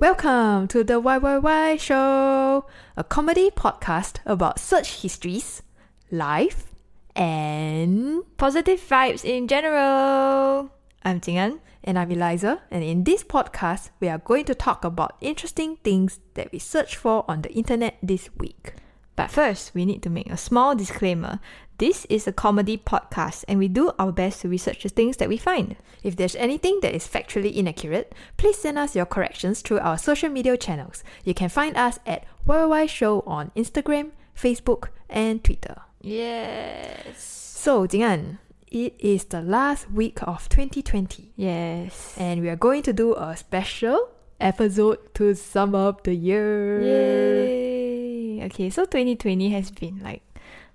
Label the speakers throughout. Speaker 1: Welcome to the YYY Show, a comedy podcast about search histories, life, and
Speaker 2: positive vibes in general. I'm Jing'an.
Speaker 1: and I'm Eliza. And in this podcast, we are going to talk about interesting things that we search for on the internet this week.
Speaker 2: But first, we need to make a small disclaimer. This is a comedy podcast, and we do our best to research the things that we find.
Speaker 1: If there's anything that is factually inaccurate, please send us your corrections through our social media channels. You can find us at YYY Show on Instagram, Facebook, and Twitter.
Speaker 2: Yes.
Speaker 1: So, Jing'an, it is the last week of 2020.
Speaker 2: Yes.
Speaker 1: And we are going to do a special episode to sum up the year.
Speaker 2: Yay. Okay, so 2020 has been like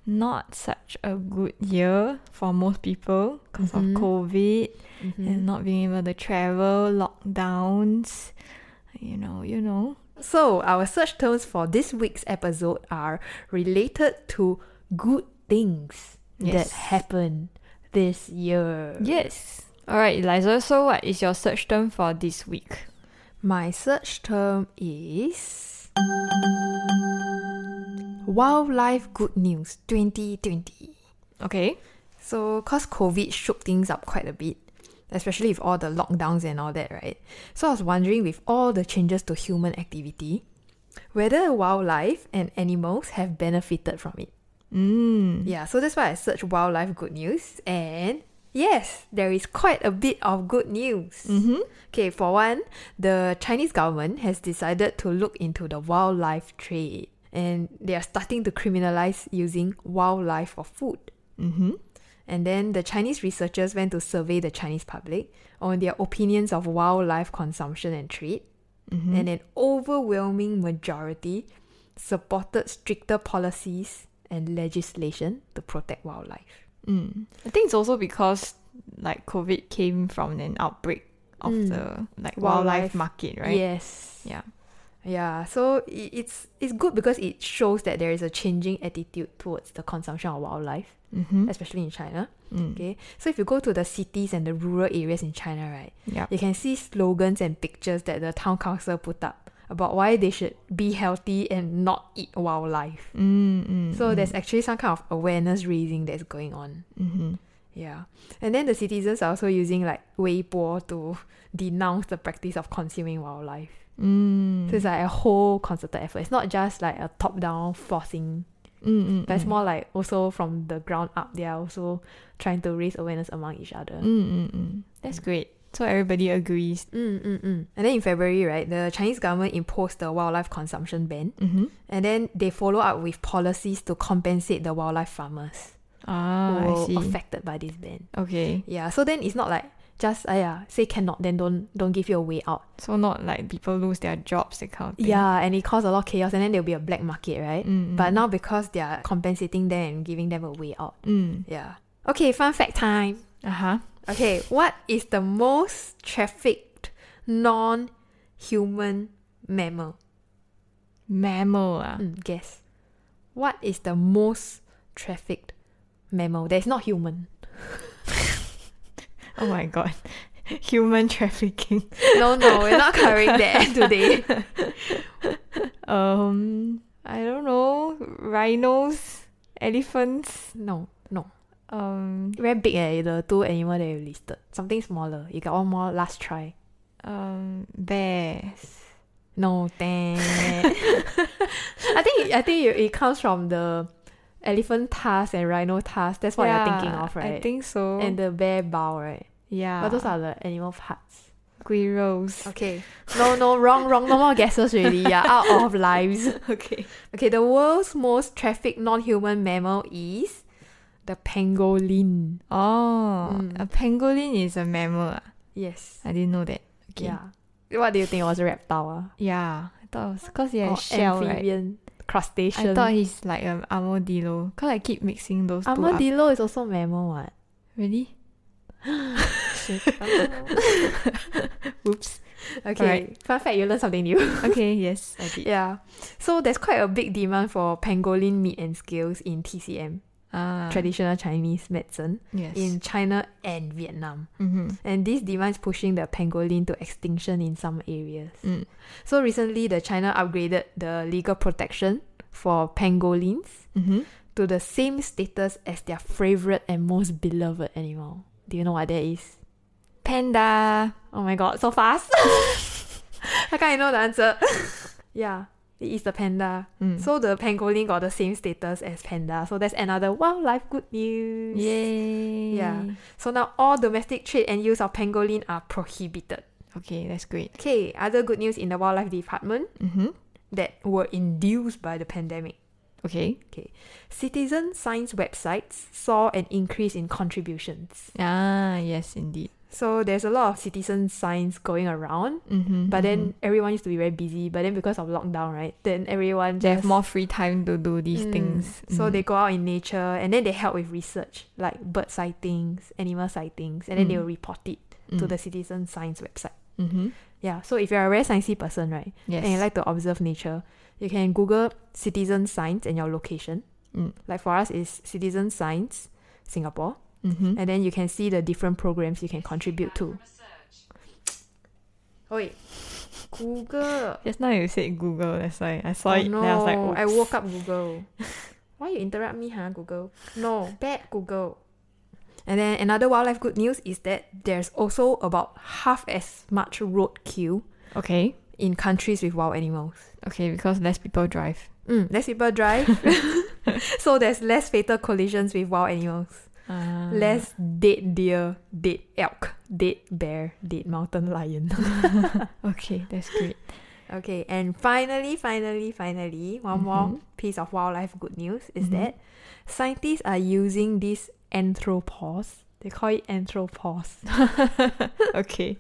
Speaker 2: not such a good year for most people because
Speaker 1: Mhm.
Speaker 2: of COVID
Speaker 1: Mm-hmm.
Speaker 2: and not being able to travel, lockdowns. You know, you know.
Speaker 1: So, our search terms for this week's episode are related to good things
Speaker 2: Yes.
Speaker 1: that happened this year.
Speaker 2: Yes. All right, Eliza. So, what is your search term for this week?
Speaker 1: My search term is Wildlife Good News 2020.
Speaker 2: Okay.
Speaker 1: So, cause COVID shook things up quite a bit, especially with all the lockdowns and all that, right? So, I was wondering with all the changes to human activity, whether wildlife and animals have benefited from it.
Speaker 2: Mm.
Speaker 1: Yeah, so that's why I searched wildlife good news, and yes, there is quite a bit of good news.
Speaker 2: Mm-hmm.
Speaker 1: Okay, for one, the Chinese government has decided to look into the wildlife trade, and they are starting to criminalize using wildlife for food.
Speaker 2: Mm-hmm.
Speaker 1: And then the Chinese researchers went to survey the Chinese public on their opinions of wildlife consumption and trade,
Speaker 2: Mhm.
Speaker 1: and an overwhelming majority supported stricter policies and legislation to protect wildlife.
Speaker 2: Mm. I think it's also because like COVID came from an outbreak of
Speaker 1: Mm.
Speaker 2: the like
Speaker 1: Wildlife.
Speaker 2: wildlife market, right?
Speaker 1: Yes.
Speaker 2: Yeah.
Speaker 1: Yeah. So i- it's it's good because it shows that there is a changing attitude towards the consumption of wildlife,
Speaker 2: Mm-hmm.
Speaker 1: especially in China.
Speaker 2: Mm.
Speaker 1: Okay. So if you go to the cities and the rural areas in China, right,
Speaker 2: Yeah.
Speaker 1: you can see slogans and pictures that the town council put up about why they should be healthy and not eat wildlife.
Speaker 2: Mm-hmm.
Speaker 1: So there's actually some kind of awareness raising that's going on.
Speaker 2: Mm-hmm.
Speaker 1: Yeah. And then the citizens are also using like Weibo to denounce the practice of consuming wildlife.
Speaker 2: Mm.
Speaker 1: So it's like a whole concerted effort. It's not just like a top down forcing,
Speaker 2: Mm-hmm.
Speaker 1: but it's more like also from the ground up, they are also trying to raise awareness among each other.
Speaker 2: Mm-hmm. That's great. So everybody agrees.
Speaker 1: Mm, mm, mm. And then in February, right, the Chinese government imposed the wildlife consumption ban.
Speaker 2: Mm-hmm.
Speaker 1: And then they follow up with policies to compensate the wildlife farmers
Speaker 2: Ah,
Speaker 1: who were
Speaker 2: I see.
Speaker 1: affected by this ban.
Speaker 2: okay.
Speaker 1: Yeah, so then it's not like just ah, yeah, say cannot, then don't don't give you a way out.
Speaker 2: So not like people lose their jobs, that kind of thing.
Speaker 1: Yeah, and it caused a lot of chaos and then there'll be a black market, right?
Speaker 2: Mm-hmm.
Speaker 1: But now because they are compensating them and giving them a way out.
Speaker 2: Mm.
Speaker 1: Yeah. Okay, fun fact time.
Speaker 2: Uh huh.
Speaker 1: Okay, what is the most trafficked non human mammal?
Speaker 2: Mammal. Ah.
Speaker 1: Mm, guess. What is the most trafficked mammal that is not human?
Speaker 2: Oh my god. Human trafficking.
Speaker 1: No, no, we're not covering that today.
Speaker 2: Um, I don't know. Rhinos, elephants.
Speaker 1: No, no.
Speaker 2: Um,
Speaker 1: Very big eh, the two animal that you listed. Something smaller. You got one more last try.
Speaker 2: um, bears.
Speaker 1: No, dang. it. I think I think it, it comes from the elephant tusk and rhino tusk. That's what you're thinking
Speaker 2: Yeah,
Speaker 1: of, right?
Speaker 2: I think so.
Speaker 1: and the bear bow, right?
Speaker 2: yeah,
Speaker 1: But those are the animal parts.
Speaker 2: squirrels.
Speaker 1: Okay. No, no, wrong, wrong. No more guesses really. Yeah, out of lives.
Speaker 2: Okay.
Speaker 1: Okay, the world's most trafficked non-human mammal is the pangolin.
Speaker 2: Oh,
Speaker 1: Mm.
Speaker 2: a pangolin is a mammal. ah.
Speaker 1: Yes.
Speaker 2: I didn't know that. Okay.
Speaker 1: Yeah. What do you think it was a reptile?
Speaker 2: Yeah, I thought it was because he
Speaker 1: ah?
Speaker 2: has
Speaker 1: Or
Speaker 2: shell, right?
Speaker 1: amphibian crustacean.
Speaker 2: I thought he's like an armadillo. Cause I keep mixing those two up.
Speaker 1: Armadillo is also mammal, what?
Speaker 2: Really? Oops.
Speaker 1: okay. Fun fact, you learn something new.
Speaker 2: Okay. Yes, I did.
Speaker 1: yeah. So there's quite a big demand for pangolin meat and scales in TCM.
Speaker 2: Ah.
Speaker 1: traditional Chinese medicine
Speaker 2: Yes.
Speaker 1: in China and Vietnam.
Speaker 2: mm-hmm.
Speaker 1: And this demands pushing the pangolin to extinction in some areas.
Speaker 2: Mm.
Speaker 1: So recently, the China upgraded the legal protection for pangolins
Speaker 2: Mm-hmm.
Speaker 1: to the same status as their favorite and most beloved animal. Do you know what that is?
Speaker 2: Panda.
Speaker 1: Oh my god, so fast! How can I know the answer? yeah, it is the panda.
Speaker 2: Mm.
Speaker 1: So the pangolin got the same status as panda. So that's another wildlife good news.
Speaker 2: Yay.
Speaker 1: Yeah. So now all domestic trade and use of pangolin are prohibited.
Speaker 2: Okay, that's great.
Speaker 1: Okay, other good news in the wildlife department
Speaker 2: Mm-hmm.
Speaker 1: that were induced by the pandemic.
Speaker 2: Okay.
Speaker 1: Citizen science websites saw an increase in contributions.
Speaker 2: Ah, yes, indeed.
Speaker 1: So there's a lot of citizen science going around,
Speaker 2: Mm-hmm.
Speaker 1: but then everyone used to be very busy. But then because of lockdown, right, then everyone
Speaker 2: they have
Speaker 1: just-
Speaker 2: more free time to do these
Speaker 1: Mm,
Speaker 2: things.
Speaker 1: So
Speaker 2: Mhm.
Speaker 1: they go out in nature and then they help with research like bird sightings, animal sightings, and then they
Speaker 2: Mm.
Speaker 1: will report it to
Speaker 2: Mm.
Speaker 1: the citizen science website.
Speaker 2: Mm-hmm.
Speaker 1: Yeah, so if you're a very sciencey person, right,
Speaker 2: Yes.
Speaker 1: and you like to observe nature, you can Google citizen science and your location.
Speaker 2: Mm.
Speaker 1: Like for us, is citizen science Singapore,
Speaker 2: mm-hmm.
Speaker 1: and then you can see the different programs you can contribute to. Oi, Google.
Speaker 2: Just now you said Google, that's why I saw
Speaker 1: oh,
Speaker 2: it.
Speaker 1: no,
Speaker 2: Then I was like,
Speaker 1: I
Speaker 2: oops.
Speaker 1: woke up Google. Why you interrupt me, huh, Google? No, bad Google. And then another wildlife good news is that there's also about half as much roadkill
Speaker 2: Okay.
Speaker 1: in countries with wild animals.
Speaker 2: Okay, because less people drive.
Speaker 1: Mm, less people drive, so there's less fatal collisions with wild animals.
Speaker 2: Ah.
Speaker 1: Less dead deer, dead elk, dead bear, dead mountain lion.
Speaker 2: Okay, that's great.
Speaker 1: Okay, and finally, finally, finally, one more
Speaker 2: Mhm.
Speaker 1: piece of wildlife good news is
Speaker 2: Mhm.
Speaker 1: that scientists are using these anthropause, they call it anthropause,
Speaker 2: okay.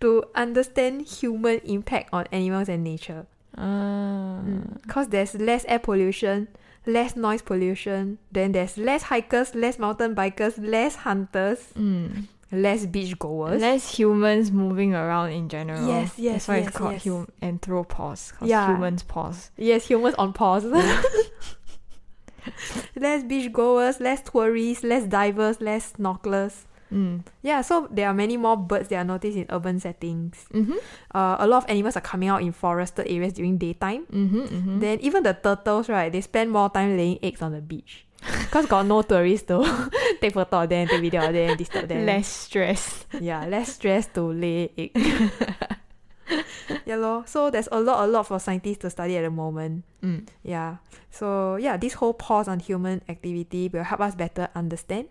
Speaker 1: to understand human impact on animals and nature.
Speaker 2: Ah.
Speaker 1: Because Mm. there's less air pollution, less noise pollution, then there's less hikers, less mountain bikers, less hunters,
Speaker 2: Mm.
Speaker 1: less beach goers.
Speaker 2: Less humans moving around in general.
Speaker 1: Yes, yes,
Speaker 2: That's why
Speaker 1: yes,
Speaker 2: it's called
Speaker 1: yes.
Speaker 2: hum- anthropause. 'cause
Speaker 1: Yeah.
Speaker 2: humans pause.
Speaker 1: Yes, humans on pause. less beach goers, less tourists, less divers, less snorkelers.
Speaker 2: Mm.
Speaker 1: Yeah, so there are many more birds that are noticed in urban settings.
Speaker 2: Mm-hmm.
Speaker 1: Uh, a lot of animals are coming out in forested areas during daytime.
Speaker 2: Mm-hmm. Mm-hmm.
Speaker 1: Then even the turtles, right, they spend more time laying eggs on the beach. Because got no tourists to take photo of them, take video of them, disturb them.
Speaker 2: less stress.
Speaker 1: Yeah, less stress to lay egg. yeah, lor. So there's a lot, a lot for scientists to study at the moment.
Speaker 2: Mm.
Speaker 1: Yeah. So yeah, this whole pause on human activity will help us better understand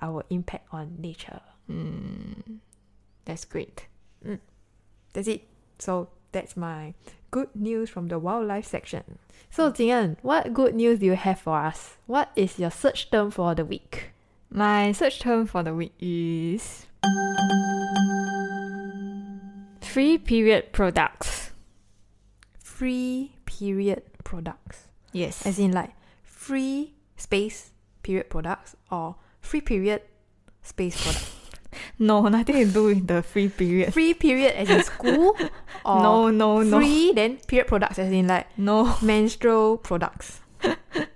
Speaker 1: our impact on nature.
Speaker 2: Mm. That's great.
Speaker 1: That's it. So that's my good news from the wildlife section. So Jing'an, what good news do you have for us? What is your search term for the week?
Speaker 2: My search term for the week is free period products.
Speaker 1: Free period products.
Speaker 2: Yes.
Speaker 1: As in like free space period products or free period space products.
Speaker 2: no, nothing to do with the free period.
Speaker 1: free period as in school or
Speaker 2: no, no, no.
Speaker 1: free then period products as in like
Speaker 2: No
Speaker 1: menstrual products.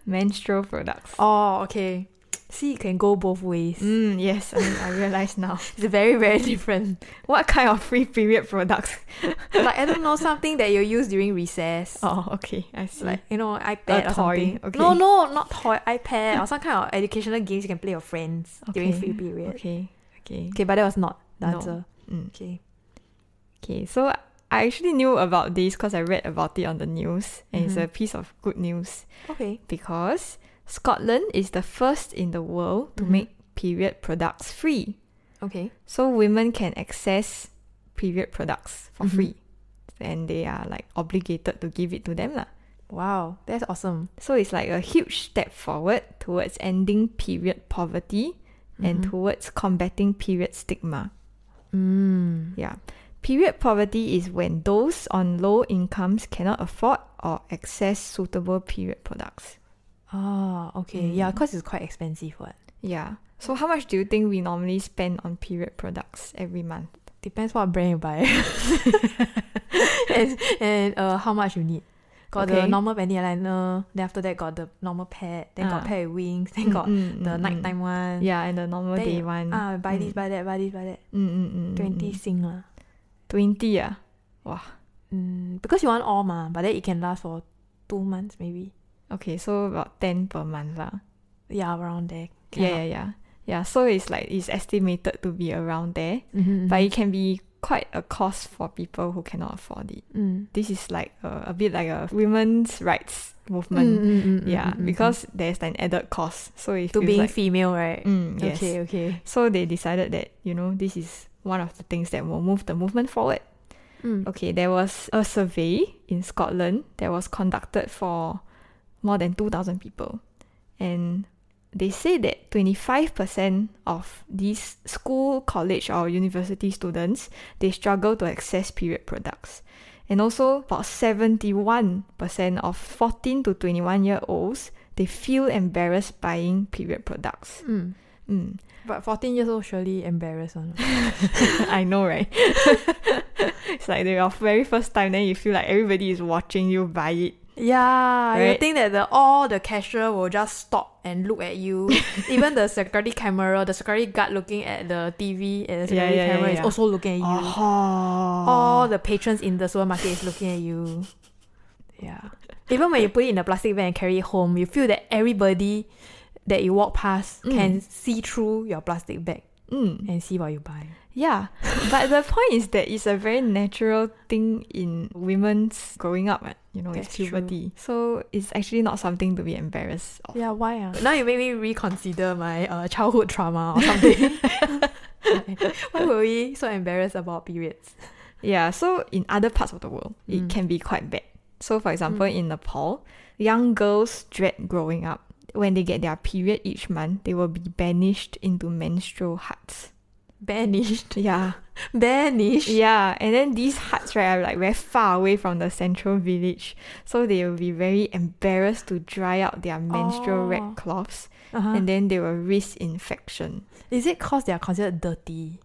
Speaker 2: menstrual products.
Speaker 1: Oh, okay. See, it can go both ways.
Speaker 2: Mm, yes, I, I realize now.
Speaker 1: It's very, very different.
Speaker 2: What kind of free period products?
Speaker 1: like, I don't know, something that you use during recess.
Speaker 2: Oh, okay, I see.
Speaker 1: Like, you know, iPad
Speaker 2: A
Speaker 1: or
Speaker 2: toy,
Speaker 1: something.
Speaker 2: okay.
Speaker 1: No, no, not toy, iPad or some kind of educational games you can play with friends during
Speaker 2: Okay,
Speaker 1: free period. Okay.
Speaker 2: okay, okay.
Speaker 1: but that was not the
Speaker 2: No.
Speaker 1: answer.
Speaker 2: Mm.
Speaker 1: Okay.
Speaker 2: Okay, so I actually knew about this because I read about it on the news, and it's
Speaker 1: Mhm.
Speaker 2: a piece of good news
Speaker 1: Okay.
Speaker 2: because Scotland is the first in the world to
Speaker 1: Mhm.
Speaker 2: make period products free.
Speaker 1: Okay.
Speaker 2: So women can access period products for
Speaker 1: Mhm.
Speaker 2: free, and they are like obligated to give it to them lah.
Speaker 1: Wow, that's awesome.
Speaker 2: So it's like a huge step forward towards ending period poverty and
Speaker 1: Mhm.
Speaker 2: towards combating period stigma.
Speaker 1: Mm.
Speaker 2: Yeah. Period poverty is when those on low incomes cannot afford or access suitable period products.
Speaker 1: Ah, okay. Yeah,
Speaker 2: Mm.
Speaker 1: because it's quite expensive. What
Speaker 2: Yeah. So how much do you think we normally spend on period products every month?
Speaker 1: depends what brand you buy, and and uh, how much you need. Got the
Speaker 2: Okay.
Speaker 1: normal bandit eyeliner. Then after that got the normal pad. Then got
Speaker 2: Ah.
Speaker 1: pad with wings. Then got
Speaker 2: Mm, mm,
Speaker 1: the
Speaker 2: mm,
Speaker 1: nighttime one.
Speaker 2: mm. Yeah, and the normal
Speaker 1: Then
Speaker 2: day
Speaker 1: you-
Speaker 2: one.
Speaker 1: Ah, buy this,
Speaker 2: Mm.
Speaker 1: buy that, buy this, buy that.
Speaker 2: Mm, mm, mm, mm,
Speaker 1: Twenty sing lah.
Speaker 2: Twenty ah.
Speaker 1: Mm, because you want all ma, but then it can last for two months maybe.
Speaker 2: Okay, so about ten per month lah.
Speaker 1: Yeah, around there.
Speaker 2: Yeah, yeah, yeah. Yeah, so it's like it's estimated to be around there,
Speaker 1: Mm-hmm.
Speaker 2: but it can be quite a cost for people who cannot afford it.
Speaker 1: mm.
Speaker 2: This is like a, a bit like a women's rights movement. Yeah, because there's an added cost. So it
Speaker 1: Mm-hmm, to
Speaker 2: feels
Speaker 1: being
Speaker 2: like,
Speaker 1: female, right?
Speaker 2: mm, yes.
Speaker 1: Okay, okay.
Speaker 2: So they decided that you know this is one of the things that will move the movement forward.
Speaker 1: Mm.
Speaker 2: Okay, there was a survey in Scotland that was conducted for more than 2,000 people. And they say that 25% of these school, college, or university students they struggle to access period products. And also, about 71% of 14 to 21 year olds they feel embarrassed buying period products.
Speaker 1: Mm.
Speaker 2: Mm.
Speaker 1: But fourteen years old surely embarrassed one.
Speaker 2: I know, right? it's like your very first time, then you feel like everybody is watching you buy it.
Speaker 1: Yeah, you
Speaker 2: Right?
Speaker 1: think that the all the cashier will just stop and look at you. Even the security camera, the security guard looking at the TV and the
Speaker 2: Yeah,
Speaker 1: security
Speaker 2: yeah, yeah,
Speaker 1: camera is
Speaker 2: yeah.
Speaker 1: also looking at you. All
Speaker 2: Oh,
Speaker 1: the patrons in the supermarket is looking at you. Yeah. Even when you put it in a plastic bag and carry it home, you feel that everybody that you walk past
Speaker 2: Mm.
Speaker 1: can see through your plastic bag
Speaker 2: mm,
Speaker 1: and see what you buy.
Speaker 2: yeah. but the point is that it's a very natural thing in women's growing up. right? You know,
Speaker 1: That's
Speaker 2: it's
Speaker 1: true.
Speaker 2: puberty, so it's actually not something to be embarrassed of.
Speaker 1: Yeah, why? Uh? Now you make me reconsider my uh, childhood trauma or something. why were we so embarrassed about periods?
Speaker 2: Yeah, so in other parts of the world,
Speaker 1: Mm.
Speaker 2: it can be quite bad. So, for example, in Nepal, young girls dread growing up. When they get their period each month, they will be banished into menstrual huts.
Speaker 1: Banished.
Speaker 2: Yeah,
Speaker 1: Banished.
Speaker 2: yeah, and then these huts right are like very far away from the central village, so they will be very embarrassed to dry out their menstrual
Speaker 1: Oh.
Speaker 2: red cloths,
Speaker 1: Uh-huh.
Speaker 2: and then they will risk infection.
Speaker 1: Is it because they are considered dirty?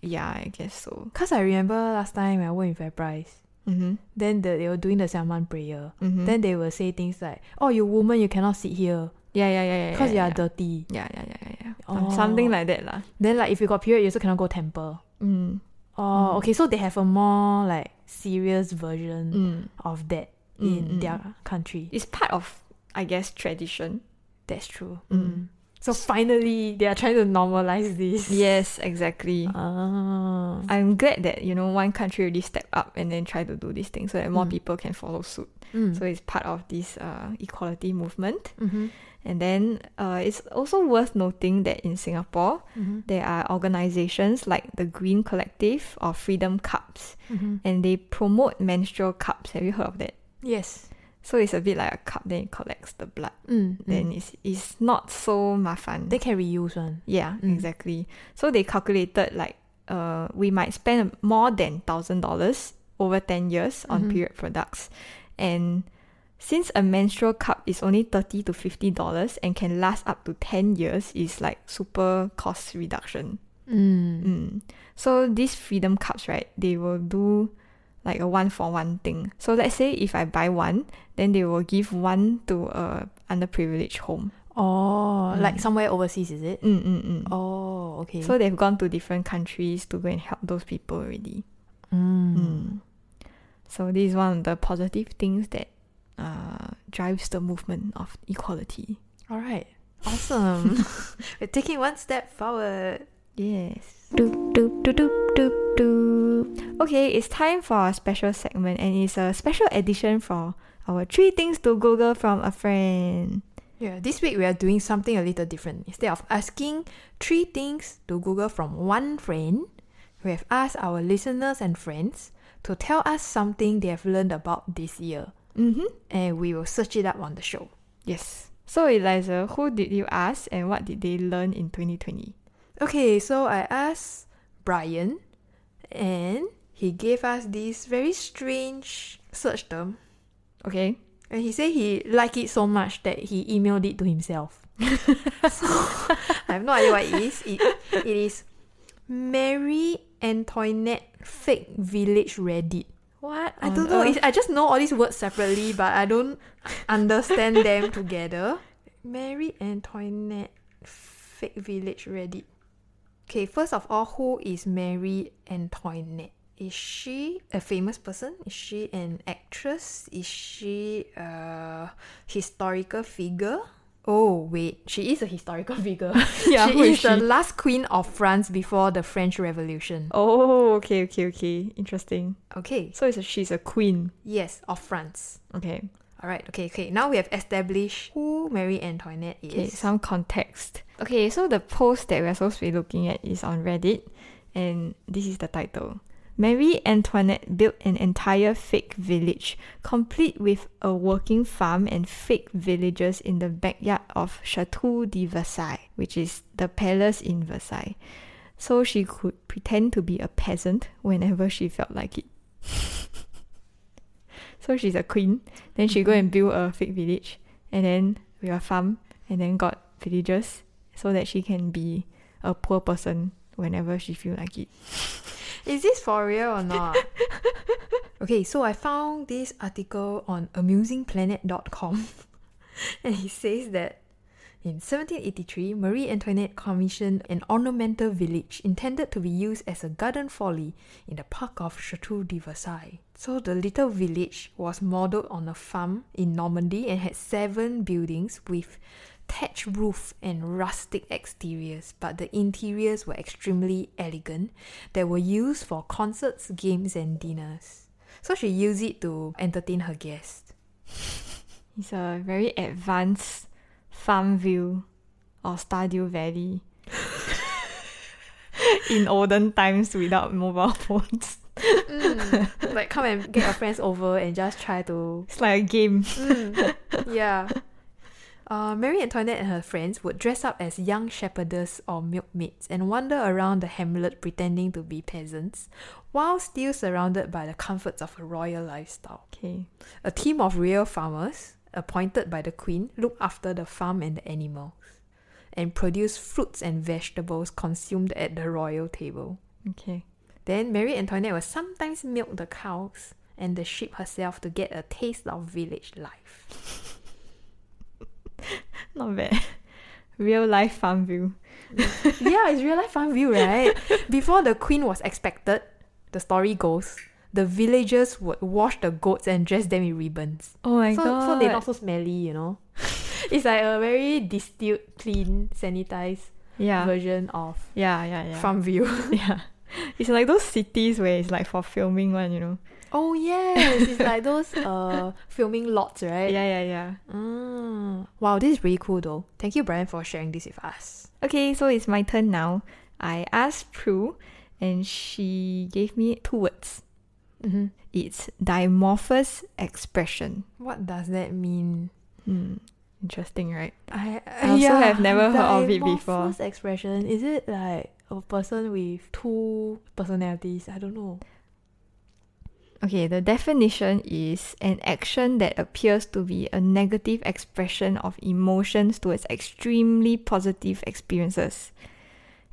Speaker 2: Yeah, I guess so.
Speaker 1: Because I remember last time I went with Bryce,
Speaker 2: Mm-hmm.
Speaker 1: then the, they were doing the Salman prayer.
Speaker 2: Mm-hmm.
Speaker 1: Then they will say things like, Oh, you woman, you cannot sit here
Speaker 2: yeah, yeah, yeah, yeah,
Speaker 1: because
Speaker 2: yeah,
Speaker 1: you
Speaker 2: yeah.
Speaker 1: are dirty.
Speaker 2: yeah, yeah, yeah, yeah, yeah,
Speaker 1: Oh.
Speaker 2: something like that lah.
Speaker 1: Then, like, if you got period, you also cannot go temple.
Speaker 2: Mm.
Speaker 1: Oh,
Speaker 2: Mm.
Speaker 1: okay, so they have a more like serious version
Speaker 2: Mm.
Speaker 1: of that
Speaker 2: Mm,
Speaker 1: in
Speaker 2: mm.
Speaker 1: their country.
Speaker 2: It's part of, I guess, tradition.
Speaker 1: That's true.
Speaker 2: Mm.
Speaker 1: So finally, they are trying to normalize this.
Speaker 2: Yes, exactly.
Speaker 1: Uh. Ah.
Speaker 2: I'm glad that you know one country really step up and then try to do this thing so that more
Speaker 1: Mm.
Speaker 2: people can follow suit.
Speaker 1: Mm.
Speaker 2: So it's part of this uh, equality movement.
Speaker 1: Mhm.
Speaker 2: And then uh, it's also worth noting that in Singapore
Speaker 1: Mhm.
Speaker 2: there are organizations like the Green Collective or Freedom Cups,
Speaker 1: Mhm.
Speaker 2: and they promote menstrual cups. Have you heard of that?
Speaker 1: Yes.
Speaker 2: So it's a bit like a cup, then it collects the blood.
Speaker 1: Mm. mm.
Speaker 2: Then it's, it's not so mafan.
Speaker 1: they can reuse one.
Speaker 2: Yeah,
Speaker 1: Mm.
Speaker 2: exactly. So they calculated like uh we might spend more than thousand dollars over ten years on
Speaker 1: Mhm.
Speaker 2: period products. And since a menstrual cup is only thirty to fifty dollars and can last up to ten years is like super cost reduction.
Speaker 1: Mm.
Speaker 2: Mm. So these freedom cups, right, they will do like a one for one thing. So let's say if I buy one, then they will give one to a underprivileged home.
Speaker 1: Oh,
Speaker 2: Mm.
Speaker 1: like somewhere overseas, is it?
Speaker 2: Mm, mm, mm.
Speaker 1: Oh, okay.
Speaker 2: So they've gone to different countries to go and help those people already.
Speaker 1: Mm.
Speaker 2: Mm. So this is one of the positive things that uh, drives the movement of equality.
Speaker 1: all right, awesome. We're taking one step forward.
Speaker 2: Yes. Doop, doop, doop, doop, doop, doop. Okay, it's time for a special segment and it's a special edition for our three things to Google from a friend.
Speaker 1: Yeah, this week we are doing something a little different. Instead of asking three things to Google from one friend, we have asked our listeners and friends to tell us something they have learned about this year,
Speaker 2: Mm-hmm.
Speaker 1: and we will search it up on the show.
Speaker 2: Yes. So Eliza, who did you ask and what did they learn in 2020?
Speaker 1: Okay, so I asked Brian, and he gave us this very strange search term,
Speaker 2: Okay.
Speaker 1: and he said he liked it so much that he emailed it to himself. so I have no idea what it is. It, it is Mary Antoinette Fake Village Reddit. What? I
Speaker 2: on
Speaker 1: don't know.
Speaker 2: earth.
Speaker 1: It's, I just know all these words separately, but I don't understand them together. Marie Antoinette Fake Village Reddit. Okay, first of all, who is Marie Antoinette? Is she a famous person? Is she an actress? Is she a historical figure? Oh, wait, she is a historical figure.
Speaker 2: Yeah,
Speaker 1: she
Speaker 2: who
Speaker 1: is
Speaker 2: is
Speaker 1: the
Speaker 2: she?
Speaker 1: last queen of France before the French Revolution.
Speaker 2: Oh, okay, okay, okay. Interesting.
Speaker 1: Okay,
Speaker 2: So it's a, she's a queen.
Speaker 1: yes, of France.
Speaker 2: Okay.
Speaker 1: All right, okay, okay. Now we have established who Marie Antoinette is.
Speaker 2: Okay, some context. Okay, so the post that we're supposed to be looking at is on Reddit, and this is the title Marie Antoinette built an entire fake village, complete with a working farm and fake villages in the backyard of Chateau de Versailles, which is the palace in Versailles. So she could pretend to be a peasant whenever she felt like it. so she's a queen. Then she go and build a fake village, and then with a farm, and then got villagers so that she can be a poor person whenever she feel like it.
Speaker 1: Is this for real or not? okay, so I found this article on amusingplanet.com and it says that in 1783, Marie Antoinette commissioned an ornamental village intended to be used as a garden folly in the park of Chateau de Versailles. So the little village was modeled on a farm in Normandy and had seven buildings with thatched roof and rustic exteriors, but the interiors were extremely elegant that were used for concerts, games, and dinners. So she used it to entertain her guests.
Speaker 2: It's a very advanced farm view or Stardew Valley in olden times without mobile phones.
Speaker 1: like, come and get your friends over and just try to.
Speaker 2: It's like a game.
Speaker 1: Yeah. Uh, Marie Antoinette and her friends would dress up as young shepherdess or milkmaids and wander around the hamlet pretending to be peasants, while still surrounded by the comforts of a royal lifestyle.
Speaker 2: Okay.
Speaker 1: A team of real farmers, appointed by the queen, look after the farm and the animals, and produce fruits and vegetables consumed at the royal table.
Speaker 2: Okay.
Speaker 1: Then Marie Antoinette will sometimes milk the cows and the sheep herself to get a taste of village life.
Speaker 2: Not bad. Real life farm view.
Speaker 1: yeah, it's real life farm view, right? Before the queen was expected, the story goes, the villagers would wash the goats and dress them in ribbons.
Speaker 2: Oh my
Speaker 1: so,
Speaker 2: god.
Speaker 1: so they're not so smelly, you know. it's like a very distilled, clean, sanitized
Speaker 2: yeah.
Speaker 1: version of
Speaker 2: Yeah, yeah, yeah.
Speaker 1: farm view.
Speaker 2: Yeah. It's like those cities where it's like for filming one, you know.
Speaker 1: oh yes, it's like those uh filming lots, right?
Speaker 2: Yeah, yeah, yeah.
Speaker 1: Mm. Wow, this is really cool though. Thank you, Brian, for sharing this with us.
Speaker 2: Okay, so it's my turn now. I asked Prue and she gave me two words.
Speaker 1: Mhm.
Speaker 2: It's dimorphous expression.
Speaker 1: What does that mean?
Speaker 2: Hmm. Interesting, right?
Speaker 1: I,
Speaker 2: I also have never heard of it before.
Speaker 1: dimorphous expression is it like a person with two personalities? I don't know.
Speaker 2: Okay, the definition is an action that appears to be a negative expression of emotions towards extremely positive experiences.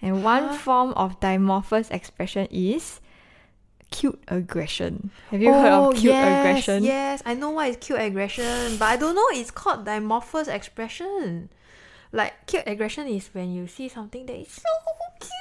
Speaker 2: And one
Speaker 1: Huh?
Speaker 2: form of dimorphous expression is cute aggression. Have you heard
Speaker 1: Oh,
Speaker 2: of cute
Speaker 1: yes,
Speaker 2: aggression?
Speaker 1: Yes, I know what is cute aggression, but I don't know it's called dimorphous expression. Like cute aggression is when you see something that is so cute.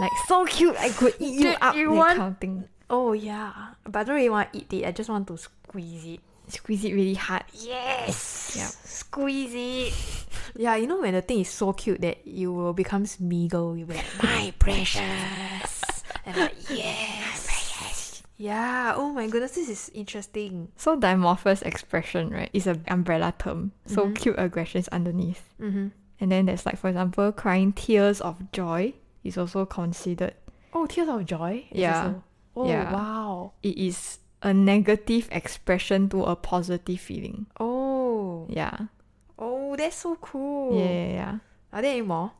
Speaker 2: Like so cute, I could eat you
Speaker 1: Dude,
Speaker 2: up.
Speaker 1: you
Speaker 2: that
Speaker 1: want-
Speaker 2: kind of thing.
Speaker 1: Oh yeah, but I don't really want to eat it. I just want to squeeze it.
Speaker 2: Squeeze it really hard.
Speaker 1: Yes.
Speaker 2: Yep.
Speaker 1: Squeeze it. Yeah, you know when the thing is so cute that you will become Smeagol. You'll be like, my precious. And like, yes. Yeah. Oh my goodness, this is interesting.
Speaker 2: So dimorphous expression, right, is an umbrella term. So
Speaker 1: Mhm.
Speaker 2: cute aggression is underneath.
Speaker 1: Mm-hmm.
Speaker 2: And then there's like, for example, crying tears of joy is also considered.
Speaker 1: Oh, tears of joy. is
Speaker 2: Yeah.
Speaker 1: also- Oh
Speaker 2: Yeah.
Speaker 1: wow.
Speaker 2: It is a negative expression to a positive feeling.
Speaker 1: Oh.
Speaker 2: Yeah.
Speaker 1: Oh, that's so cool.
Speaker 2: Yeah, yeah, yeah.
Speaker 1: Are there any more?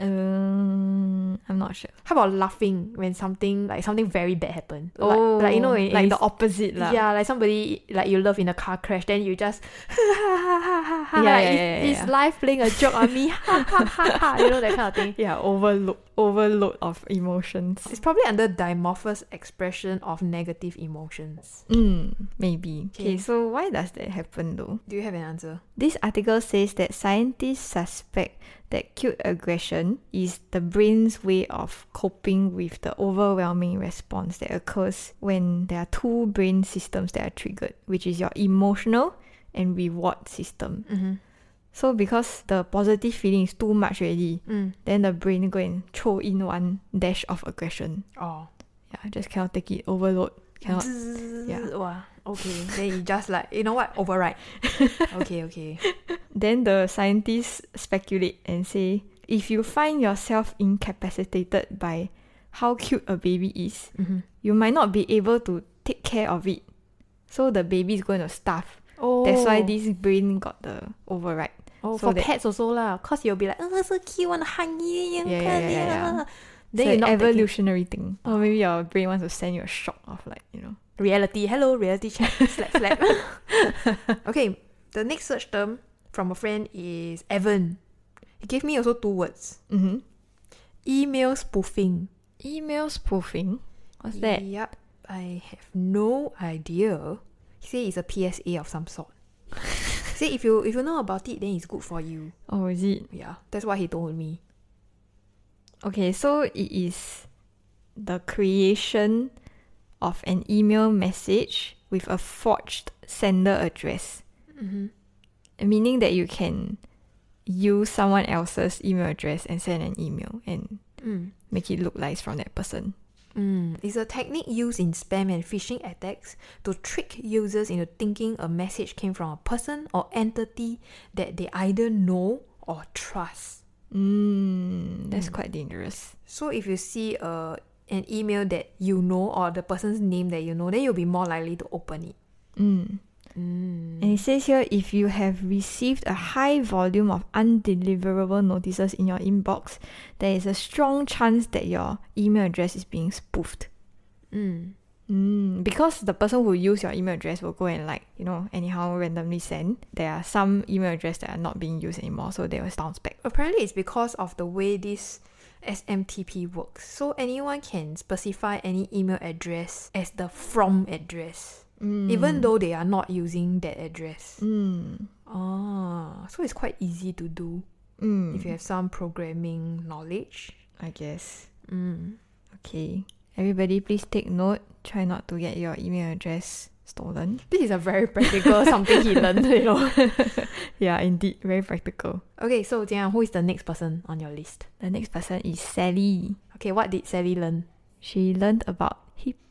Speaker 2: Um, I'm not sure.
Speaker 1: How about laughing when something like something very bad happened? Like,
Speaker 2: Oh,
Speaker 1: like you know, when
Speaker 2: like
Speaker 1: it's-
Speaker 2: the opposite lah.
Speaker 1: Yeah, like somebody like you love in a car crash, then you just yeah, it's,
Speaker 2: yeah, yeah, yeah,
Speaker 1: it's
Speaker 2: yeah.
Speaker 1: life playing a joke on me, you know that kind of thing.
Speaker 2: Yeah, overlook, overload of emotions.
Speaker 1: It's probably under dimorphous expression of negative emotions.
Speaker 2: Mm, maybe.
Speaker 1: Okay.
Speaker 2: Okay, so why does that happen though?
Speaker 1: Do you have an answer?
Speaker 2: This article says that scientists suspect that cute aggression is the brain's way of coping with the overwhelming response that occurs when there are two brain systems that are triggered, which is your emotional and reward system.
Speaker 1: Mm-hmm.
Speaker 2: So because the positive feeling is too much already,
Speaker 1: Mm.
Speaker 2: then the brain go and throw in one dash of aggression.
Speaker 1: Oh.
Speaker 2: Yeah, just cannot take it, overload, cannot yeah.
Speaker 1: Wow. Okay. then you just like, you know what? Override. okay, okay.
Speaker 2: Then the scientists speculate and say if you find yourself incapacitated by how cute a baby is,
Speaker 1: Mm-hmm.
Speaker 2: you might not be able to take care of it. So the baby is going to starve.
Speaker 1: Oh.
Speaker 2: That's why this brain got the override.
Speaker 1: Oh,
Speaker 2: so
Speaker 1: for
Speaker 2: that-
Speaker 1: pets also lah. Cause you'll be like, oh, so cute, want to hug you, yeah,
Speaker 2: Yeah, yeah, yeah, yeah.
Speaker 1: Then
Speaker 2: it's
Speaker 1: you're
Speaker 2: an
Speaker 1: not taking
Speaker 2: evolutionary thing. Or Oh, maybe your brain wants to send you a shock of like, you know.
Speaker 1: reality. Hello, reality check. slap, slap. okay, the next search term from a friend is Evan. He gave me also two words.
Speaker 2: Mm-hmm.
Speaker 1: Email spoofing.
Speaker 2: Email spoofing. What's that?
Speaker 1: Yep. I have no idea. He say it's a PSA of some sort. say if you if you know about it, then it's good for you.
Speaker 2: Oh, is it?
Speaker 1: Yeah, that's what he told me.
Speaker 2: Okay, so it is the creation of an email message with a forged sender address,
Speaker 1: Mm-hmm.
Speaker 2: meaning that you can use someone else's email address and send an email and
Speaker 1: Mm.
Speaker 2: make it look like it's from that person.
Speaker 1: Mm. It's a technique used in spam and phishing attacks to trick users into thinking a message came from a person or entity that they either know or trust.
Speaker 2: Mm, that's quite dangerous.
Speaker 1: So if you see a an email that you know or the person's name that you know, then you'll be more likely to open it.
Speaker 2: Mm.
Speaker 1: Mm.
Speaker 2: And it says here if you have received a high volume of undeliverable notices in your inbox, there is a strong chance that your email address is being spoofed.
Speaker 1: Mm.
Speaker 2: Mm, because the person who use your email address will go and like you know anyhow randomly send. There are some email address that are not being used anymore, so they will bounce back.
Speaker 1: Apparently, it's because of the way this SMTP works. So anyone can specify any email address as the from address, Mm. even though they are not using that address.
Speaker 2: Mm,
Speaker 1: Ah, so it's quite easy to do
Speaker 2: mm,
Speaker 1: if you have some programming knowledge.
Speaker 2: I guess
Speaker 1: Mm.
Speaker 2: okay. Everybody, please take note. Try not to get your email address stolen.
Speaker 1: This is a very practical something he learned, you know.
Speaker 2: Yeah, indeed, very practical.
Speaker 1: Okay, so Jian, who is the next person on your list?
Speaker 2: The next person is Sally.
Speaker 1: Okay, what did Sally learn?
Speaker 2: She learned about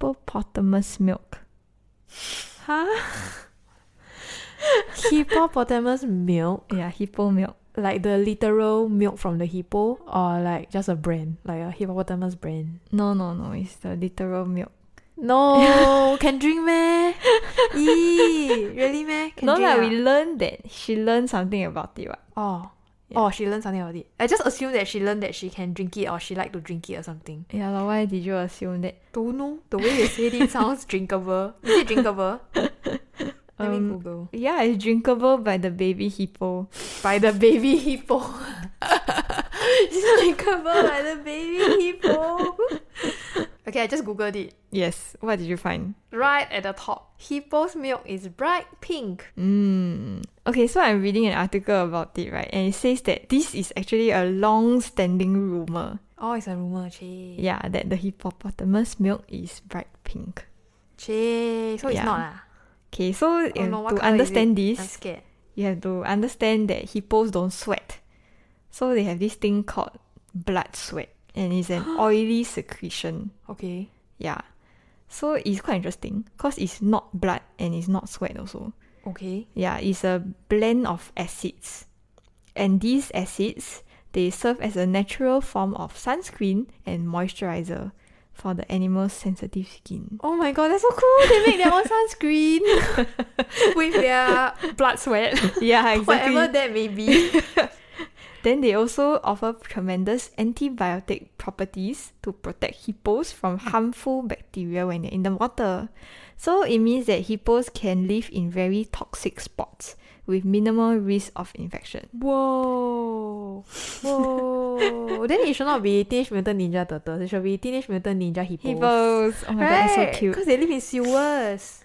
Speaker 2: hippopotamus milk.
Speaker 1: Huh? Hippopotamus milk
Speaker 2: Yeah, hippo milk.
Speaker 1: like the literal milk from the hippo or like just a brand like a hippopotamus brand
Speaker 2: No, no, no. It's the literal milk.
Speaker 1: no can drink meh Eee, really meh can
Speaker 2: no
Speaker 1: drink
Speaker 2: lah,
Speaker 1: ah?
Speaker 2: we learned that she learned something about it. What?
Speaker 1: oh
Speaker 2: Yeah.
Speaker 1: oh she learned something about it i just assumed that she learned that she can drink it or she like to drink it or something
Speaker 2: Yeah, lah, why did you assume that?
Speaker 1: don't know the way you said it sounds drinkable is it drinkable let me
Speaker 2: Um,
Speaker 1: google
Speaker 2: Yeah, it's drinkable by the baby hippo.
Speaker 1: by the baby hippo it's drinkable by the baby hippo okay i just googled it
Speaker 2: Yes. What did you find?
Speaker 1: right at the top. Hippo's milk is bright pink.
Speaker 2: Mm. Okay, so I'm reading an article about it, right? And it says that this is actually a long-standing rumor.
Speaker 1: Oh, it's a rumor, che.
Speaker 2: Yeah, that the hippopotamus milk is bright pink.
Speaker 1: Che, so it's
Speaker 2: Yeah.
Speaker 1: not ah.
Speaker 2: Okay, so
Speaker 1: Oh
Speaker 2: uh,
Speaker 1: no, what
Speaker 2: to
Speaker 1: colour is I'm
Speaker 2: understand this,
Speaker 1: scared.
Speaker 2: you have to understand that hippos don't sweat. So they have this thing called blood sweat, and it's an oily secretion.
Speaker 1: Okay.
Speaker 2: Yeah. So it's quite interesting because it's not blood and it's not sweat also.
Speaker 1: Okay.
Speaker 2: Yeah, it's a blend of acids. And these acids, they serve as a natural form of sunscreen and moisturizer for the animal's sensitive skin.
Speaker 1: Oh my god, that's so cool. They make their own sunscreen with their blood sweat.
Speaker 2: yeah,
Speaker 1: Whatever that may be.
Speaker 2: Then they also offer tremendous antibiotic properties to protect hippos from harmful bacteria when they're in the water. So it means that hippos can live in very toxic spots with minimal risk of infection.
Speaker 1: Whoa. Whoa. Oh, then it should not be Teenage Mutant Ninja Turtles. It should be Teenage Mutant Ninja Hippos.
Speaker 2: Hippos. Oh my god, it's so cute.
Speaker 1: Because they live in sewers.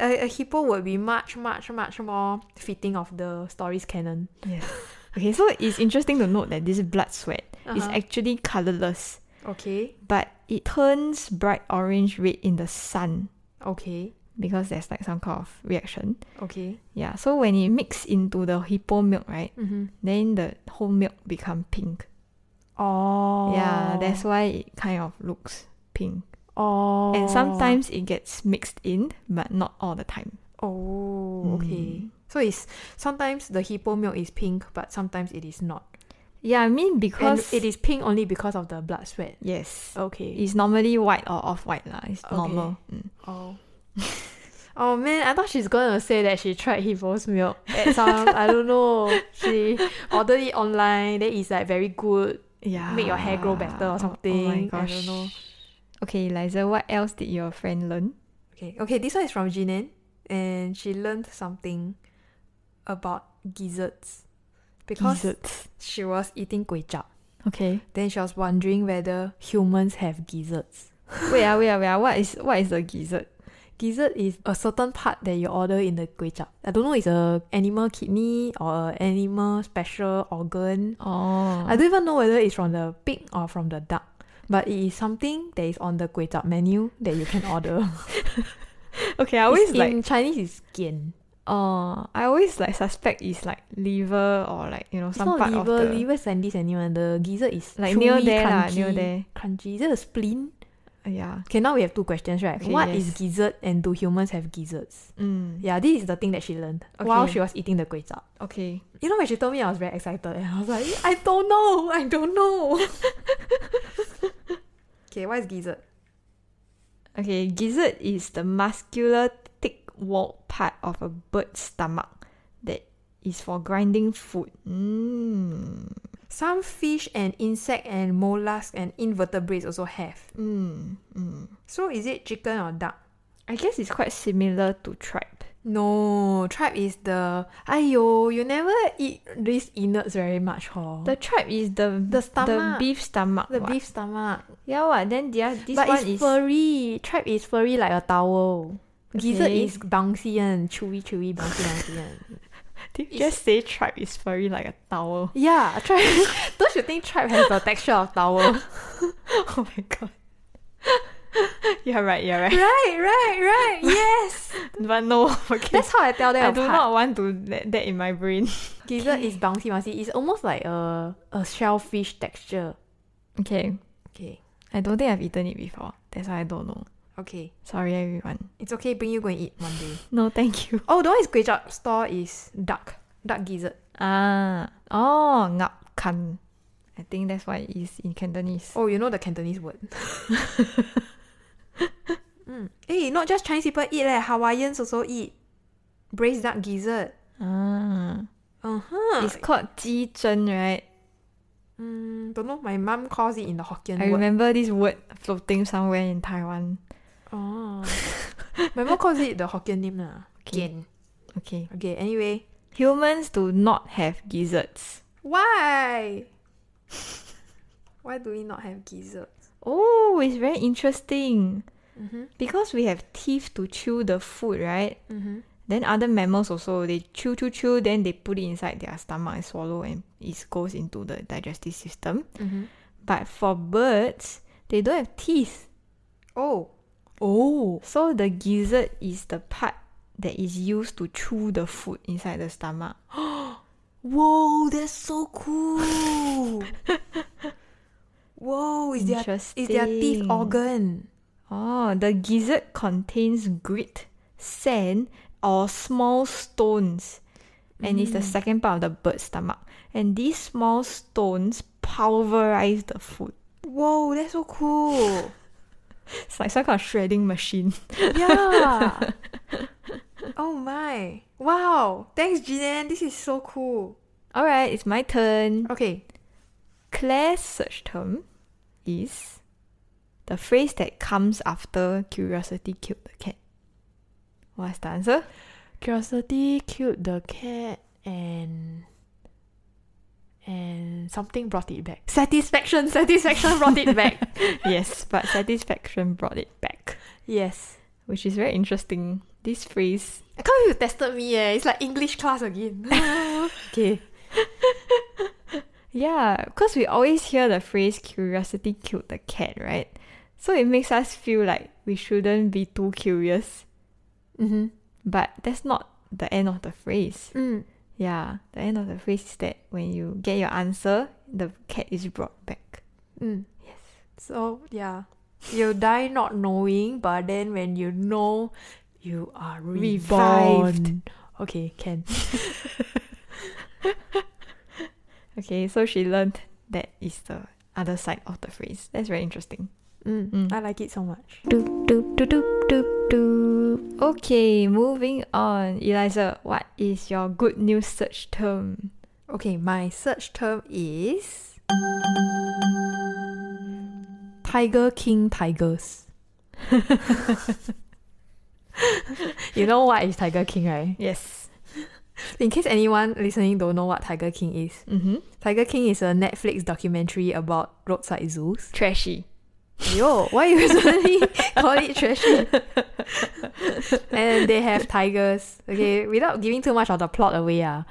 Speaker 1: a, a hippo would be much, much, much more fitting of the story's canon.
Speaker 2: Yes. Okay, so it's interesting to note that this blood sweat is
Speaker 1: Uh-huh.
Speaker 2: actually colorless,
Speaker 1: Okay.
Speaker 2: but it turns bright orange red in the sun
Speaker 1: Okay.
Speaker 2: because there's like some kind of reaction.
Speaker 1: Okay.
Speaker 2: Yeah, so when it mix into the hippo milk, right,
Speaker 1: Mm-hmm.
Speaker 2: then the whole milk become pink.
Speaker 1: Oh.
Speaker 2: Yeah, that's why it kind of looks pink.
Speaker 1: Oh.
Speaker 2: And sometimes it gets mixed in, but not all the time.
Speaker 1: Oh. Okay.
Speaker 2: Mm.
Speaker 1: So it's sometimes the hippo milk is pink, but sometimes it is not.
Speaker 2: Yeah, I mean
Speaker 1: And
Speaker 2: because
Speaker 1: it is pink only because of the blood sweat.
Speaker 2: yes,
Speaker 1: Okay.
Speaker 2: it's normally white or off white lah. It's
Speaker 1: Okay.
Speaker 2: normal. Mm.
Speaker 1: Oh. oh man, I thought she's gonna say that she tried Hippo's milk at some I don't know. She ordered it online, then it's like very good.
Speaker 2: Yeah,
Speaker 1: Make your hair grow better or
Speaker 2: Oh-
Speaker 1: something,
Speaker 2: Oh
Speaker 1: I
Speaker 2: my
Speaker 1: don't
Speaker 2: gosh.
Speaker 1: know.
Speaker 2: Okay, Eliza, what else did your friend learn?
Speaker 1: Okay. Okay, this one is from Jinan and she learned something about gizzards. Because
Speaker 2: Gizzards.
Speaker 1: she was eating kway chap.
Speaker 2: Okay.
Speaker 1: Then she was wondering whether humans have gizzards.
Speaker 2: wait ah, wait ah, wait ah. What is what is a gizzard?
Speaker 1: Gizzard is a certain part that you order in the kway chap. I don't know it's a animal kidney or a animal special organ
Speaker 2: Oh,
Speaker 1: I don't even know whether it's from the pig or from the duck, but it is something that is on the kway chap menu that you can order.
Speaker 2: okay. I always
Speaker 1: It's
Speaker 2: like
Speaker 1: in Chinese is gian.
Speaker 2: Oh, I always like suspect it's like liver or like you know
Speaker 1: It's
Speaker 2: some
Speaker 1: not
Speaker 2: part
Speaker 1: liver.
Speaker 2: of the
Speaker 1: Liver is sandy sandy one. The gizzard is
Speaker 2: like
Speaker 1: chewy,
Speaker 2: near there lah,
Speaker 1: crunchy,
Speaker 2: near there.
Speaker 1: Crunchy. Is that a spleen?
Speaker 2: Uh, Yeah.
Speaker 1: Okay, now we have two questions, right? What
Speaker 2: Okay,
Speaker 1: is
Speaker 2: yes.
Speaker 1: gizzard and do humans have gizzards?
Speaker 2: Mm.
Speaker 1: Yeah, this is the thing that she learned while
Speaker 2: Okay.
Speaker 1: she was eating the kway chap.
Speaker 2: Okay.
Speaker 1: You know when she told me, I was very excited, and I was like, I don't know, I don't know. okay, what is gizzard?
Speaker 2: Okay. Gizzard is the muscular thick walled part of a bird's stomach that is for grinding food. Mm.
Speaker 1: Some fish and insect and mollusk and invertebrates also have.
Speaker 2: Mm. Mm.
Speaker 1: So is it chicken or duck?
Speaker 2: I guess it's quite similar to tripe.
Speaker 1: No, tribe is the ayo. You never eat these innards very much, hor.
Speaker 2: The tripe is the
Speaker 1: The stomach.
Speaker 2: beef stomach.
Speaker 1: The
Speaker 2: what?
Speaker 1: beef stomach,
Speaker 2: Yeah. What? Then the oth- this
Speaker 1: but
Speaker 2: one
Speaker 1: it's
Speaker 2: is
Speaker 1: furry. Tribe is furry like a towel. Gizzard
Speaker 2: Okay.
Speaker 1: is bouncy and chewy, chewy, bouncy, bouncy. And...
Speaker 2: Did you just say tripe is furry like a towel.
Speaker 1: Yeah, tribe. Don't you think tribe has the texture of towel?
Speaker 2: Oh my god. you're right, you're right.
Speaker 1: right, right, right. Yes,
Speaker 2: But no, okay.
Speaker 1: that's how I tell them
Speaker 2: I
Speaker 1: apart.
Speaker 2: do not want to let that in my brain.
Speaker 1: Gizzard is bouncy, bouncy. It's almost like a a shellfish texture.
Speaker 2: Okay.
Speaker 1: Okay,
Speaker 2: I don't think I've eaten it before. That's why I don't know.
Speaker 1: okay,
Speaker 2: Sorry everyone.
Speaker 1: it's okay. Bring you go and eat one day.
Speaker 2: No, thank you.
Speaker 1: Oh, the one is kway chap store is duck, duck gizzard.
Speaker 2: Ah. Oh, ngap kan. I think that's why it is in Cantonese.
Speaker 1: Oh, you know the Cantonese word. mm. Hey, not just Chinese people eat leh. Hawaiians also eat braised duck gizzard.
Speaker 2: Ah.
Speaker 1: Uh huh.
Speaker 2: It's called ji zhen, right?
Speaker 1: Mm, don't know. My mum calls it in the Hokkien
Speaker 2: I
Speaker 1: word.
Speaker 2: remember this word floating somewhere in Taiwan.
Speaker 1: Oh. my mum calls it the Hokkien name lah.
Speaker 2: Okay.
Speaker 1: Again.
Speaker 2: Okay.
Speaker 1: Okay. Anyway,
Speaker 2: Humans do not have gizzards.
Speaker 1: why? why do we not have gizzard?
Speaker 2: Oh, it's very interesting.
Speaker 1: Mm-hmm.
Speaker 2: Because we have teeth to chew the food, right?
Speaker 1: Mm-hmm.
Speaker 2: Then other mammals also they chew, chew, chew. Then they put it inside their stomach and swallow, and it goes into the digestive system.
Speaker 1: Mm-hmm.
Speaker 2: But for birds, they don't have teeth,
Speaker 1: Oh. Oh.
Speaker 2: so the gizzard is the part that is used to chew the food inside the stomach.
Speaker 1: Whoa, that's so cool. Whoa, is their is their teeth
Speaker 2: Interesting.
Speaker 1: organ?
Speaker 2: Oh, the gizzard contains grit, sand, or small stones, and it's the second part of the bird's stomach. And these small stones pulverize the food.
Speaker 1: Whoa, that's so cool.
Speaker 2: It's like some kind of shredding machine.
Speaker 1: yeah. Oh my. Wow. Thanks, Jinan. This is so cool.
Speaker 2: All right, it's my turn.
Speaker 1: Okay.
Speaker 2: Claire's search term is the phrase that comes after curiosity killed the cat. What's the answer?
Speaker 1: Curiosity killed the cat and and something brought it back. Satisfaction, satisfaction brought it back.
Speaker 2: yes, but satisfaction brought it back,
Speaker 1: Yes.
Speaker 2: which is very interesting. This phrase,
Speaker 1: I can't believe you tested me, eh. It's like English class again. okay.
Speaker 2: yeah, because we always hear the phrase curiosity killed the cat, right? So it makes us feel like we shouldn't be too curious,
Speaker 1: Mm-hmm.
Speaker 2: but that's not the end of the phrase.
Speaker 1: Mm.
Speaker 2: Yeah, the end of the phrase is that when you get your answer, the cat is brought back.
Speaker 1: Mm. Yes. So yeah, you die not knowing, but then when you know, you are
Speaker 2: Revived.
Speaker 1: reborn. Okay, can.
Speaker 2: Okay, so she learned that is the other side of the phrase. That's very interesting.
Speaker 1: Mm.
Speaker 2: Mm.
Speaker 1: I like it so much.
Speaker 2: Doop, doop, doop, doop, doop, doop. Okay, moving on. Eliza, what is your good news search term?
Speaker 1: Okay, my search term is Tiger King Tigers. you know what is Tiger King, right?
Speaker 2: Yes.
Speaker 1: In case anyone listening don't know what Tiger King is,
Speaker 2: Mm-hmm.
Speaker 1: Tiger King is a Netflix documentary about roadside zoos.
Speaker 2: Trashy.
Speaker 1: Yo, why you suddenly call it trashy? and they have tigers. Okay, without giving too much of the plot away, ah,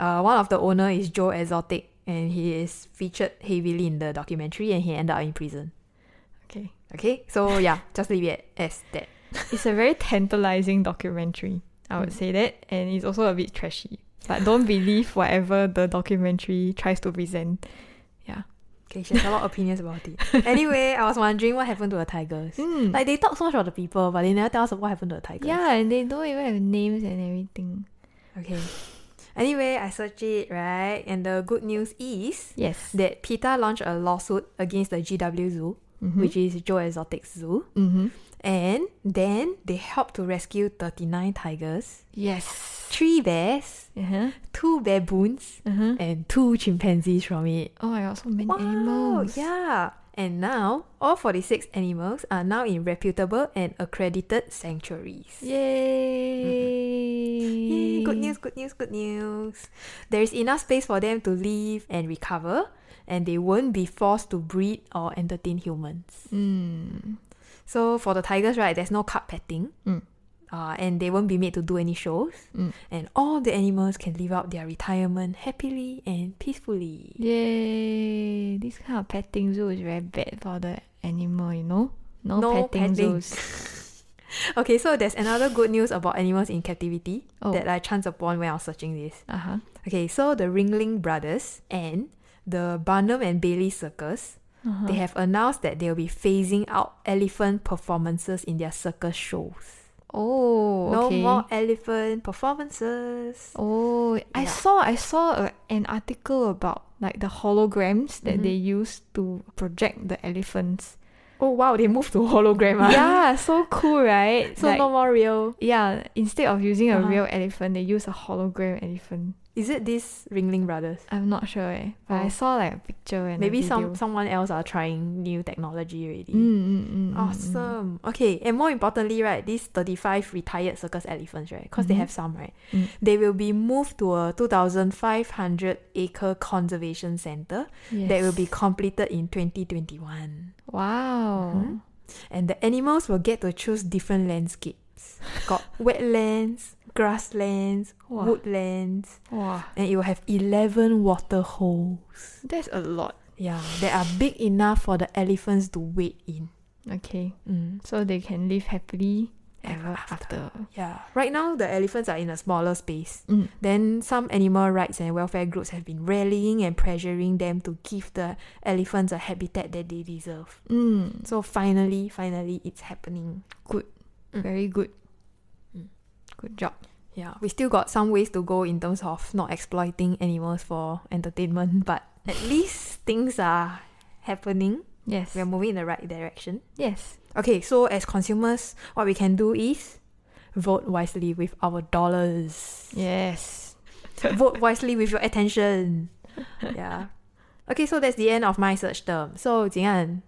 Speaker 1: uh, one of the owner is Joe Exotic, and he is featured heavily in the documentary, and he ended up in prison.
Speaker 2: Okay.
Speaker 1: Okay, so yeah, just leave it as that.
Speaker 2: It's a very tantalizing documentary. I would
Speaker 1: Mm.
Speaker 2: say that. And it's also a bit trashy. But don't believe whatever the documentary tries to present.
Speaker 1: Okay, she has a lot of opinions about it. Anyway, I was wondering what happened to the tigers.
Speaker 2: Mm.
Speaker 1: Like they talk so much about the people, but they never tell us what happened to the tigers.
Speaker 2: yeah, and they don't even have names and everything.
Speaker 1: Okay. Anyway, I searched it right, and the good news is
Speaker 2: Yes.
Speaker 1: that PETA launched a lawsuit against the GW Zoo, which is Joe Exotic's zoo,
Speaker 2: Mm-hmm.
Speaker 1: and then they helped to rescue 39 tigers,
Speaker 2: Yes.
Speaker 1: 3 bears,
Speaker 2: Uh-huh.
Speaker 1: 2 baboons,
Speaker 2: Uh-huh.
Speaker 1: and 2 chimpanzees from it.
Speaker 2: Oh my god, so many animals.
Speaker 1: Yeah! And now, all 46 animals are now in reputable and accredited sanctuaries.
Speaker 2: Mm-hmm. Yay!
Speaker 1: Yay, good news, good news, good news. There is enough space for them to live and recover, and they won't be forced to breed or entertain humans.
Speaker 2: Mm.
Speaker 1: So for the tigers, right, there's no cub petting.
Speaker 2: Mm.
Speaker 1: Uh, and they won't be made to do any shows.
Speaker 2: Mm.
Speaker 1: And all the animals can live out their retirement happily and peacefully.
Speaker 2: Yay! This kind of petting zoo is very bad for the animal, you know. No,
Speaker 1: No
Speaker 2: petting,
Speaker 1: petting.
Speaker 2: zoos.
Speaker 1: Okay, so there's another good news about animals in captivity
Speaker 2: Oh.
Speaker 1: that I chanced upon when I was searching this.
Speaker 2: Uh huh.
Speaker 1: Okay, so the Ringling Brothers and the Barnum and Bailey Circus,
Speaker 2: Uh-huh.
Speaker 1: they have announced that they'll be phasing out elephant performances in their circus shows.
Speaker 2: Oh,
Speaker 1: No
Speaker 2: okay.
Speaker 1: more elephant performances.
Speaker 2: Oh, I
Speaker 1: Yeah.
Speaker 2: saw I saw a, an article about like the holograms that
Speaker 1: Mhm.
Speaker 2: they use to project the elephants.
Speaker 1: Oh wow, they moved to hologram. ah.
Speaker 2: yeah, so cool, right?
Speaker 1: So
Speaker 2: Like,
Speaker 1: no more real.
Speaker 2: Yeah, instead of using a
Speaker 1: Uh-huh.
Speaker 2: real elephant, they use a hologram elephant.
Speaker 1: Is it this Ringling Brothers?
Speaker 2: I'm not sure, eh, but
Speaker 1: Oh.
Speaker 2: I saw like a picture and
Speaker 1: Maybe
Speaker 2: a
Speaker 1: some
Speaker 2: video.
Speaker 1: someone else are trying new technology already.
Speaker 2: Mm, mm, mm, mm, mm.
Speaker 1: Awesome. Okay, and more importantly, right, these 35 retired circus elephants, right, because they
Speaker 2: Mhm.
Speaker 1: have some, right,
Speaker 2: Mm.
Speaker 1: they will be moved to a 2,500 acre conservation center that will be
Speaker 2: Yes.
Speaker 1: completed in 2021.
Speaker 2: wow.
Speaker 1: Mhm. And the animals will get to choose different landscapes. Got wetlands, grasslands,
Speaker 2: Wow.
Speaker 1: woodlands,
Speaker 2: Wow,
Speaker 1: and it will have 11 water holes.
Speaker 2: that's a lot.
Speaker 1: Yeah, they are big enough for the elephants to wade in.
Speaker 2: Okay,
Speaker 1: Mm.
Speaker 2: so they can live happily
Speaker 1: Ever
Speaker 2: ever
Speaker 1: after.
Speaker 2: after.
Speaker 1: Yeah. Right now, the elephants are in a smaller space.
Speaker 2: Mm.
Speaker 1: Then, some animal rights and welfare groups have been rallying and pressuring them to give the elephants a habitat that they deserve.
Speaker 2: Mm.
Speaker 1: So, finally, finally, it's happening. Mm.
Speaker 2: Very good.
Speaker 1: Mm.
Speaker 2: Good job.
Speaker 1: Yeah. We still got some ways to go in terms of not exploiting animals for entertainment, but at least things are happening.
Speaker 2: Yes.
Speaker 1: We're moving in the right direction.
Speaker 2: Yes.
Speaker 1: Okay, so as consumers, what we can do is vote wisely with our dollars.
Speaker 2: Yes.
Speaker 1: vote wisely with your attention. Yeah. Okay, so that's the end of my search term. So, Jian,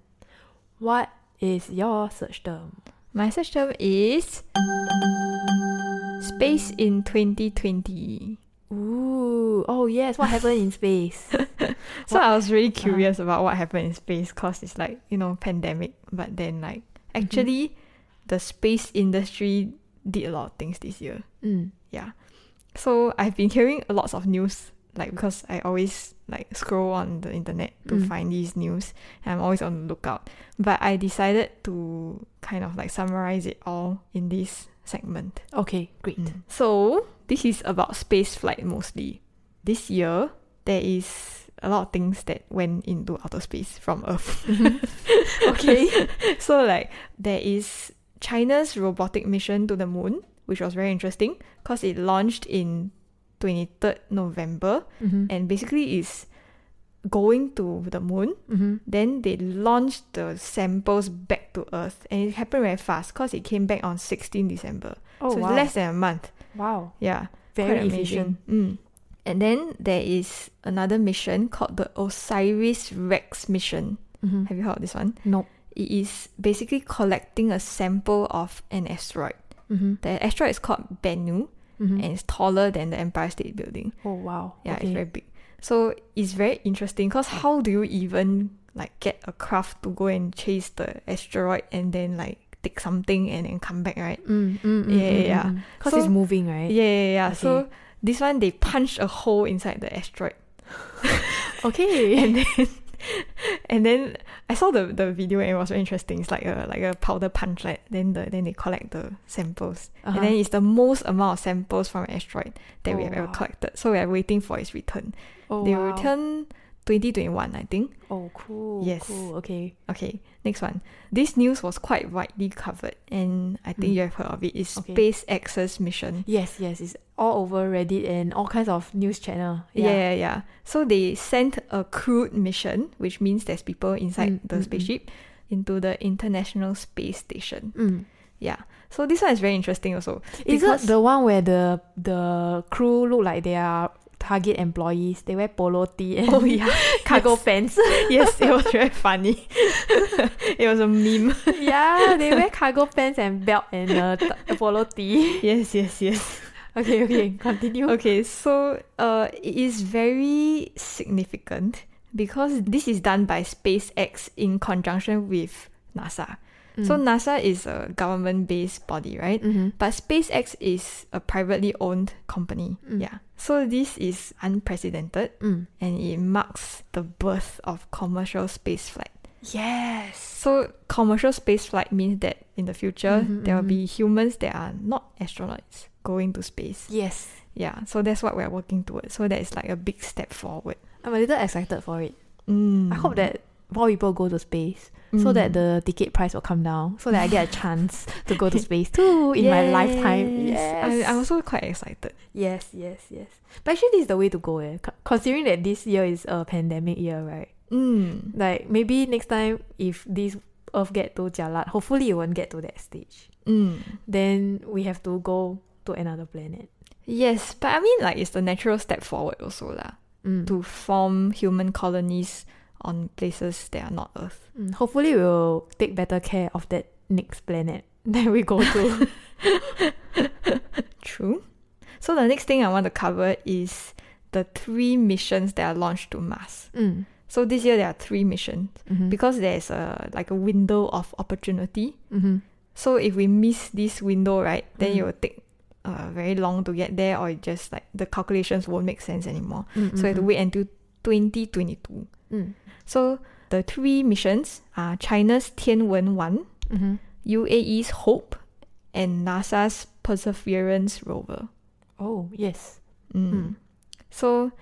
Speaker 1: what is your search term?
Speaker 2: My search term is space in 2020.
Speaker 1: Ooh, oh yes, what happened in space?
Speaker 2: so I was really curious about what happened in space because it's like, you know, pandemic. But then like actually the space industry did a lot of things this year.
Speaker 1: Mm.
Speaker 2: Yeah. So I've been hearing lots of news, like because I always like scroll on the internet to
Speaker 1: Mm.
Speaker 2: find these news and I'm always on the lookout. But I decided to kind of like summarize it all in this segment. Mm.
Speaker 1: Okay, great.
Speaker 2: So this is about space flight mostly. This year there is a lot of things that went into outer space from Earth.
Speaker 1: Mm-hmm. Okay.
Speaker 2: so like there is China's robotic mission to the moon, which was very interesting because it launched in 23rd November
Speaker 1: Mm-hmm.
Speaker 2: and basically is going to the moon.
Speaker 1: Mm-hmm.
Speaker 2: Then they launched the samples back to Earth and it happened very fast because it came back on 16 December.
Speaker 1: Oh,
Speaker 2: so
Speaker 1: wow.
Speaker 2: it's less than a month.
Speaker 1: wow.
Speaker 2: Yeah.
Speaker 1: Very
Speaker 2: Quite
Speaker 1: efficient.
Speaker 2: amazing. Mm. And then there is another mission called the Osiris Rex mission.
Speaker 1: Mm-hmm.
Speaker 2: Have you heard of this one?
Speaker 1: Nope.
Speaker 2: It is basically collecting a sample of an asteroid.
Speaker 1: Mm-hmm.
Speaker 2: The asteroid is called Bennu and it's taller than the Empire State Building.
Speaker 1: oh, wow.
Speaker 2: Yeah,
Speaker 1: Mm. okay.
Speaker 2: it's very big. So it's very interesting because how do you even like get a craft to go and chase the asteroid and then like take something and then come back, right?
Speaker 1: Mm, mm,
Speaker 2: Yeah, yeah, yeah.
Speaker 1: Because
Speaker 2: So-
Speaker 1: it's moving, right?
Speaker 2: Yeah, yeah, yeah.
Speaker 1: Okay.
Speaker 2: So this one they punched a hole inside the asteroid.
Speaker 1: Okay.
Speaker 2: and then and then I saw the, the video and it was very interesting. It's like a like a powder punch like then the then they collect the samples.
Speaker 1: Uh-huh.
Speaker 2: And then it's the most amount of samples from an asteroid that we
Speaker 1: Oh,
Speaker 2: have
Speaker 1: wow.
Speaker 2: ever collected. So we are waiting for its return.
Speaker 1: oh,
Speaker 2: they will
Speaker 1: wow.
Speaker 2: return twenty twenty one, I think.
Speaker 1: Oh, cool.
Speaker 2: Yes.
Speaker 1: Cool. Okay.
Speaker 2: Okay, next one. This news was quite widely covered and I think
Speaker 1: Mm.
Speaker 2: you have heard of it. It's
Speaker 1: Okay.
Speaker 2: SpaceX's mission.
Speaker 1: Yes, yes. It's all over Reddit and all kinds of news channel.
Speaker 2: Yeah.
Speaker 1: Yeah.
Speaker 2: yeah, yeah. So they sent a crewed mission, which means there's people
Speaker 1: Mm,
Speaker 2: inside the
Speaker 1: mm, mm.
Speaker 2: spaceship, into the International Space Station.
Speaker 1: Mm.
Speaker 2: Yeah. So this one is very interesting also.
Speaker 1: Is it
Speaker 2: Because-
Speaker 1: the one where the the crew look like they are target employees? They wear polo tee and
Speaker 2: yeah.
Speaker 1: cargo pants.
Speaker 2: yes, it was very funny. it was a meme.
Speaker 1: yeah, they wear cargo pants and belt and uh, t- polo tee.
Speaker 2: Yes, yes, yes.
Speaker 1: Okay, okay, continue.
Speaker 2: Okay, so uh it is very significant because this is done by SpaceX in conjunction with NASA. So NASA is a government based body, right?
Speaker 1: Mm. mm-hmm.
Speaker 2: But SpaceX is a privately owned company.
Speaker 1: Mm.
Speaker 2: Yeah. So this is unprecedented
Speaker 1: mm.
Speaker 2: and it marks the birth of commercial spaceflight.
Speaker 1: yes.
Speaker 2: So commercial spaceflight means that in the future
Speaker 1: Mhm,
Speaker 2: there will
Speaker 1: mhm.
Speaker 2: be humans that are not astronauts going to space.
Speaker 1: Yes.
Speaker 2: Yeah. So that's what we're working towards. So that is like a big step forward.
Speaker 1: I'm a little excited for it.
Speaker 2: Mm.
Speaker 1: I hope that more people go to space so that
Speaker 2: Mm.
Speaker 1: the ticket price will come down, so that I get a chance to go to space too in my lifetime.
Speaker 2: Yes. I, I'm also quite excited.
Speaker 1: Yes, yes, yes. But actually, this is the way to go, eh? Co- Considering that this year is a pandemic year, right?
Speaker 2: Mm.
Speaker 1: Like maybe next time, if this Earth get to Jalat, hopefully it won't get to that stage.
Speaker 2: Mm.
Speaker 1: Then we have to go to another planet.
Speaker 2: Yes, but I mean like it's the natural step forward also lah.
Speaker 1: Mm.
Speaker 2: to form human colonies on places that are not Earth.
Speaker 1: Mm, Hopefully, we'll take better care of that next planet that we go to.
Speaker 2: True. So the next thing I want to cover is the three missions that are launched to Mars.
Speaker 1: mm.
Speaker 2: So this year there are three missions
Speaker 1: Mhm.
Speaker 2: because there's a like a window of opportunity.
Speaker 1: Mhm.
Speaker 2: So if we miss this window, right, then
Speaker 1: Mm.
Speaker 2: it will take uh, very long to get there, or it just like the calculations won't make sense anymore.
Speaker 1: Mm,
Speaker 2: So we have to
Speaker 1: mm,
Speaker 2: wait until 2022.
Speaker 1: mm.
Speaker 2: So the three missions are China's Tianwen One,
Speaker 1: Mm. Mhm.
Speaker 2: UAE's Hope and NASA's Perseverance rover.
Speaker 1: Oh yes.
Speaker 2: Mm.
Speaker 1: Mm.
Speaker 2: So,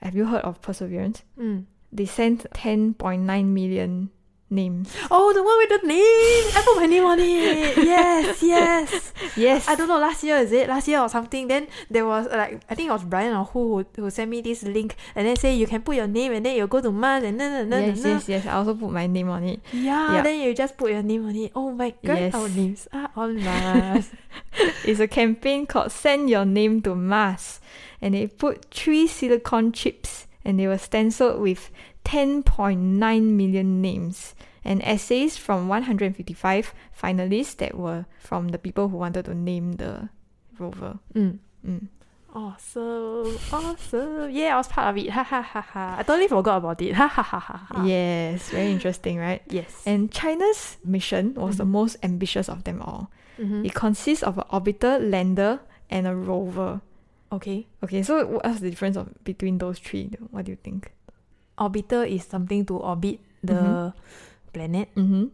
Speaker 2: have you heard of Perseverance?
Speaker 1: Mm.
Speaker 2: They sent 10.9 million names.
Speaker 1: Oh, the one with the name. I put my name on it. Yes, yes.
Speaker 2: Yes.
Speaker 1: I don't know, last year is it? Last year or something. Then there was uh, like I think it was Brian or who who, who sent me this link and then say you can put your name and then you'll go to Mars and then and then
Speaker 2: Yes, yes, yes. I also put my name on it.
Speaker 1: Yeah,
Speaker 2: Yeah.
Speaker 1: then you just put your name on it. Oh my god,
Speaker 2: Yes.
Speaker 1: our names are on Mars.
Speaker 2: It's a campaign called Send Your Name to Mars. And they put three silicon chips and they were stenciled with 10.9 million names and essays from 155 finalists that were from the people who wanted to name the rover.
Speaker 1: mm.
Speaker 2: Mm.
Speaker 1: Awesome, awesome. Yeah, I was part of it. Ha ha ha ha. I totally forgot about it. Ha ha ha ha. ha.
Speaker 2: Yes, very interesting, right?
Speaker 1: Yes.
Speaker 2: And China's mission was the most ambitious of them all.
Speaker 1: Mhm.
Speaker 2: It consists of an orbiter, lander, and a rover.
Speaker 1: okay.
Speaker 2: Okay, so what's the difference of, between those three? What do you think?
Speaker 1: Orbiter is something to orbit the
Speaker 2: Mhm.
Speaker 1: planet.
Speaker 2: Mm-hmm.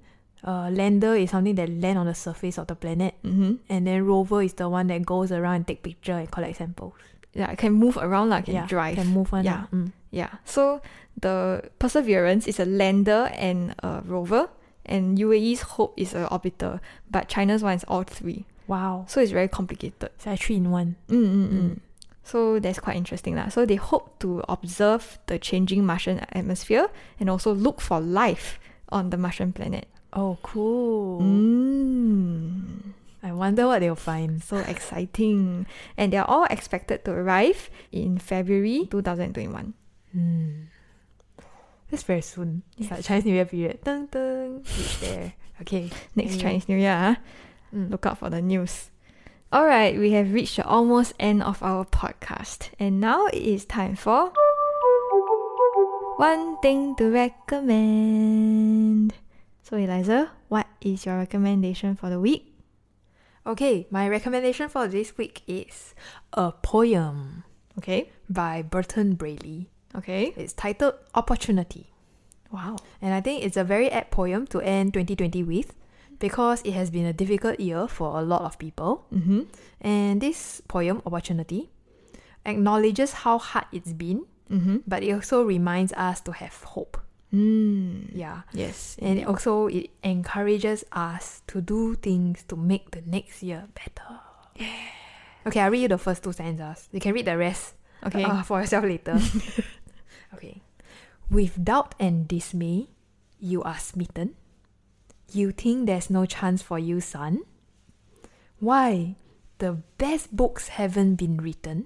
Speaker 1: Uh, lander is something that land on the surface of the planet.
Speaker 2: Mm-hmm.
Speaker 1: And then rover is the one that goes around and take picture and collect samples.
Speaker 2: Yeah, it can move around, like can
Speaker 1: yeah,
Speaker 2: drive.
Speaker 1: Can move on.
Speaker 2: Yeah.
Speaker 1: ah. Mm.
Speaker 2: Yeah. So the Perseverance is a lander and a rover, and UAE's Hope is an orbiter, but China's one is all three.
Speaker 1: Wow.
Speaker 2: So it's very complicated.
Speaker 1: It's like three in one. Mm.
Speaker 2: Mm-mm-mm. So that's quite interesting. lah. So they hope to observe the changing Martian atmosphere and also look for life on the Martian planet.
Speaker 1: Oh, cool.
Speaker 2: Mm.
Speaker 1: I wonder what they'll find.
Speaker 2: So exciting. And they're all expected to arrive in February 2021.
Speaker 1: Hmm. That's very soon. It's like
Speaker 2: Yes.
Speaker 1: Chinese New Year period. Dun dun. It's there. Okay.
Speaker 2: Next
Speaker 1: Yeah.
Speaker 2: Chinese New Year, ah.
Speaker 1: Mm.
Speaker 2: look out for the news. All right, we have reached the almost end of our podcast, and now it is time for one thing to recommend. So, Eliza, what is your recommendation for the week?
Speaker 1: Okay, my recommendation for this week is a poem
Speaker 2: Okay.
Speaker 1: by Burton Braley.
Speaker 2: Okay.
Speaker 1: It's titled Opportunity.
Speaker 2: Wow.
Speaker 1: And I think it's a very apt poem to end 2020 with because it has been a difficult year for a lot of people.
Speaker 2: Mm-hmm.
Speaker 1: And this poem, Opportunity, acknowledges how hard it's been,
Speaker 2: Mm-hmm.
Speaker 1: but it also reminds us to have hope.
Speaker 2: Mm.
Speaker 1: Yeah.
Speaker 2: Yes.
Speaker 1: And it also it encourages us to do things to make the next year better. Okay, I read you the first two stanzas. You can read the rest
Speaker 2: Okay.
Speaker 1: uh, for yourself later. okay. With doubt and dismay, you are smitten. You think there's no chance for you, son? Why? The best books haven't been written.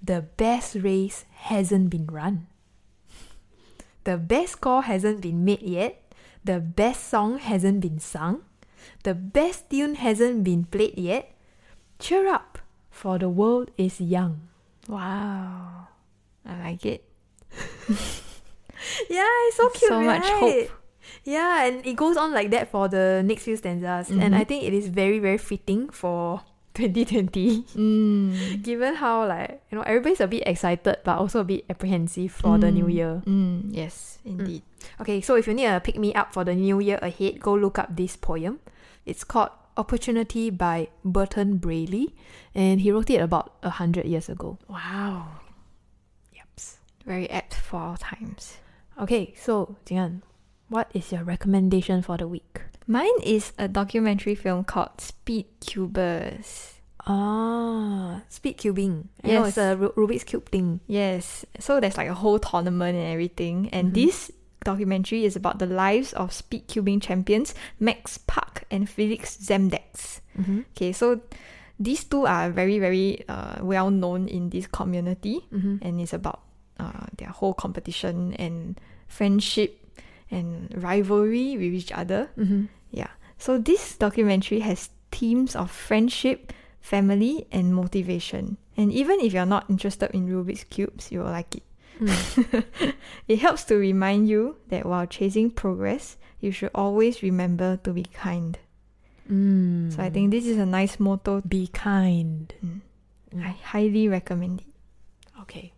Speaker 1: The best race hasn't been run. The best score hasn't been made yet. The best song hasn't been sung. The best tune hasn't been played yet. Cheer up, for the world is young.
Speaker 2: wow. I like it.
Speaker 1: Yeah, it's so cute.
Speaker 2: So much
Speaker 1: right? Yeah, and it goes on like that for the next few stanzas.
Speaker 2: Mm-hmm.
Speaker 1: And I think it is very, very fitting for 2020,
Speaker 2: Mm.
Speaker 1: given how, like, you know, everybody's a bit excited but also a bit apprehensive for the new
Speaker 2: Mm.
Speaker 1: year.
Speaker 2: Mm. Yes, indeed.
Speaker 1: Okay, so if you need a pick me up for the new year ahead, go look up this poem. It's called Opportunity by Burton Braley, and he wrote it about 100 years ago.
Speaker 2: Wow.
Speaker 1: Yep.
Speaker 2: Very apt for our times.
Speaker 1: Okay, so, Jian, what is your recommendation for the week?
Speaker 2: Mine is a documentary film called Speed Cubers.
Speaker 1: Ah, speed cubing. I know it's
Speaker 2: Yes.
Speaker 1: a Ru- Rubik's cube thing.
Speaker 2: Yes, so there's like a whole tournament and everything. And this documentary is about the lives of speed cubing champions Max Park and Felix Zemdex.
Speaker 1: Mm-hmm.
Speaker 2: Okay, so these two are very, very uh, well known in this community.
Speaker 1: Mm-hmm.
Speaker 2: And it's about uh, their whole competition and friendship and rivalry with each other.
Speaker 1: Mm-hmm.
Speaker 2: Yeah. So this documentary has themes of friendship, family, and motivation. And even if you're not interested in Rubik's cubes, you will like it. It helps to remind you that while chasing progress, you should always remember to be kind.
Speaker 1: Mm.
Speaker 2: So I think this is a nice motto.
Speaker 1: be kind.
Speaker 2: I highly recommend it.
Speaker 1: Okay.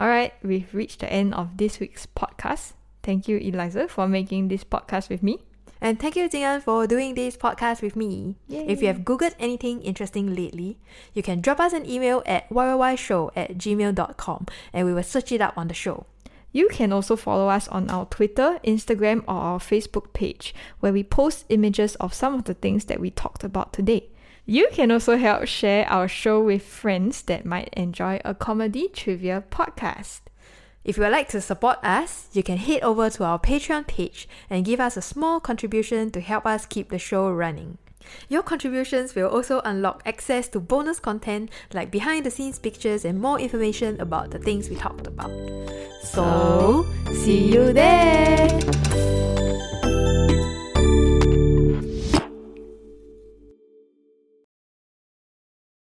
Speaker 2: All right, we've reached the end of this week's podcast. Thank you, Eliza, for making this podcast with me.
Speaker 1: And thank you, Jingan, for doing this podcast with me.
Speaker 2: Yay.
Speaker 1: If you have Googled anything interesting lately, you can drop us an email at yyyyshow at gmail.com and we will search it up on the show.
Speaker 2: You can also follow us on our Twitter, Instagram, or our Facebook page, where we post images of some of the things that we talked about today. You can also help share our show with friends that might enjoy a comedy trivia podcast.
Speaker 1: If you would like to support us, you can head over to our Patreon page and give us a small contribution to help us keep the show running. Your contributions will also unlock access to bonus content like behind the scenes pictures and more information about the things we talked about. So, see you there!